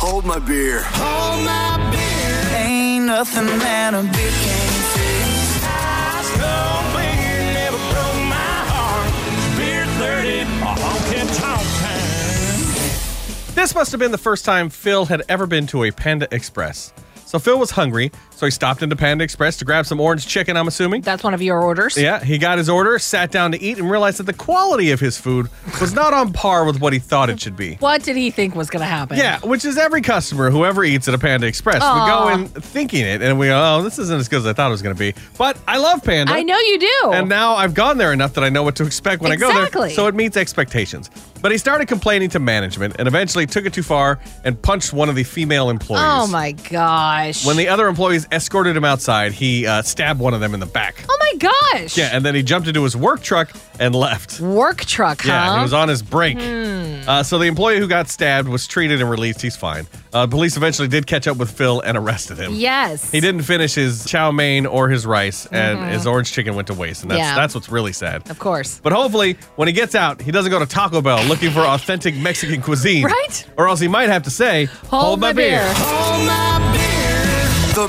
Hold my beer. Hold my beer. Ain't nothing that a beer can't fix. Ice cold beer never broke my heart. Beer 30, a honking tonk time. This must have been the first time Phil had ever been to a Panda Express. So Phil was hungry, so he stopped into Panda Express to grab some orange chicken, I'm assuming. That's one of your orders. Yeah, he got his order, sat down to eat, and realized that the quality of his food was not on par with what he thought it should be. What did he think was going to happen? Yeah, which is every customer who ever eats at a Panda Express. We go Aw. in thinking it, and we go, oh, this isn't as good as I thought it was going to be. But I love Panda. I know you do. And now I've gone there enough that I know what to expect when I go there. Oh. Exactly. So it meets expectations. But he started complaining to management and eventually took it too far and punched one of the female employees. oh my gosh. When the other employees escorted him outside, he uh, stabbed one of them in the back. oh my gosh. Yeah, and then he jumped into his work truck and left. Work truck, huh? Hmm. Yeah, he was on his break. Uh, so the employee who got stabbed was treated and released. He's fine. Uh, police eventually did catch up with Phil and arrested him. yes. He didn't finish his chow mein or his rice, and his orange chicken went to waste. And that's, Mm-hmm. Yeah. that's what's really sad. Of course. But hopefully, when he gets out, he doesn't go to Taco Bell looking for authentic Mexican cuisine. Right? Or else he might have to say, Hold, my, beer. Hold my beer. The